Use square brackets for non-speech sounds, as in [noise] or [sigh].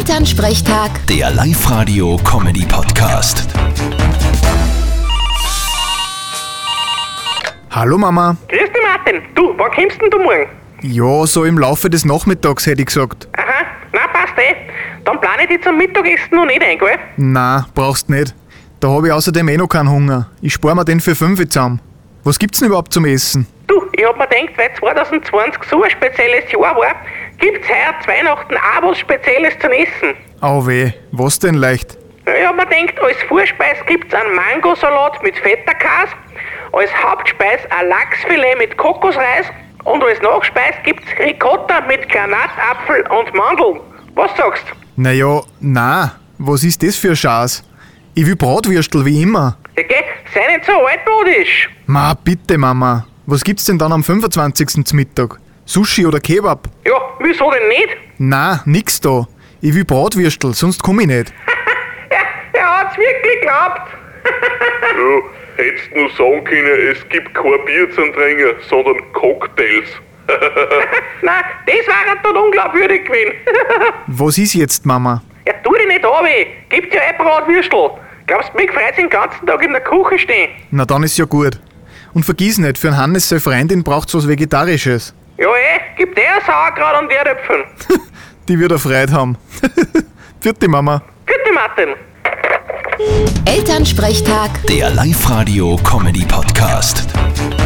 Elternsprechtag, Der Live-Radio-Comedy-Podcast. Hallo Mama. Grüß dich, Martin. Du, wann kommst denn du morgen? Ja, so im Laufe des Nachmittags hätte ich gesagt. Aha, na passt eh. Dann plane ich dich zum Mittagessen noch nicht ein, gell? Na, brauchst nicht. Da habe ich außerdem eh noch keinen Hunger. Ich spare mir den für fünf zusammen. Was gibt's denn überhaupt zum Essen? Du, ich hab mir gedacht, weil 2020 so ein spezielles Jahr war, gibt's heuer zu Weihnachten auch was Spezielles zum Essen. Au weh, was denn leicht? Ich hab mir gedacht, als Vorspeis gibt's einen Mangosalat mit Feta-Käse, als Hauptspeis ein Lachsfilet mit Kokosreis und als Nachspeis gibt's Ricotta mit Granatapfel und Mandeln. Was sagst Naja, na, was ist das für Schaß? Ich will Bratwürstel wie immer. du? Gell, sei nicht so altmodisch. Ma, bitte Mama. Was gibt's denn dann am 25. zum Mittag? Sushi oder Kebab? Ja, wieso denn nicht? Na, nix da. Ich will Bratwürstel, sonst komm ich nicht. Ja, er hat's wirklich geglaubt. Ja, hättest nur sagen können, es gibt kein Bier zum Trinken, sondern Cocktails. [laughs] Nein, das wäre dann unglaubwürdig gewesen. [laughs] Was ist jetzt, Mama? ja, tu dich nicht an, weh. Gib dir ein Bratwürstel. Glaubst du, mich freut's den ganzen Tag in der Küche stehen? Na dann ist ja gut. Und vergiss nicht, für einen Hannes seine Freundin braucht's was Vegetarisches. Ja, eh, gib der ein Sauerkraut und der Röpfen. Die wird er Freude haben. [laughs] Vierte Mama. Bitte, Martin. Elternsprechtag. Der Live-Radio-Comedy-Podcast.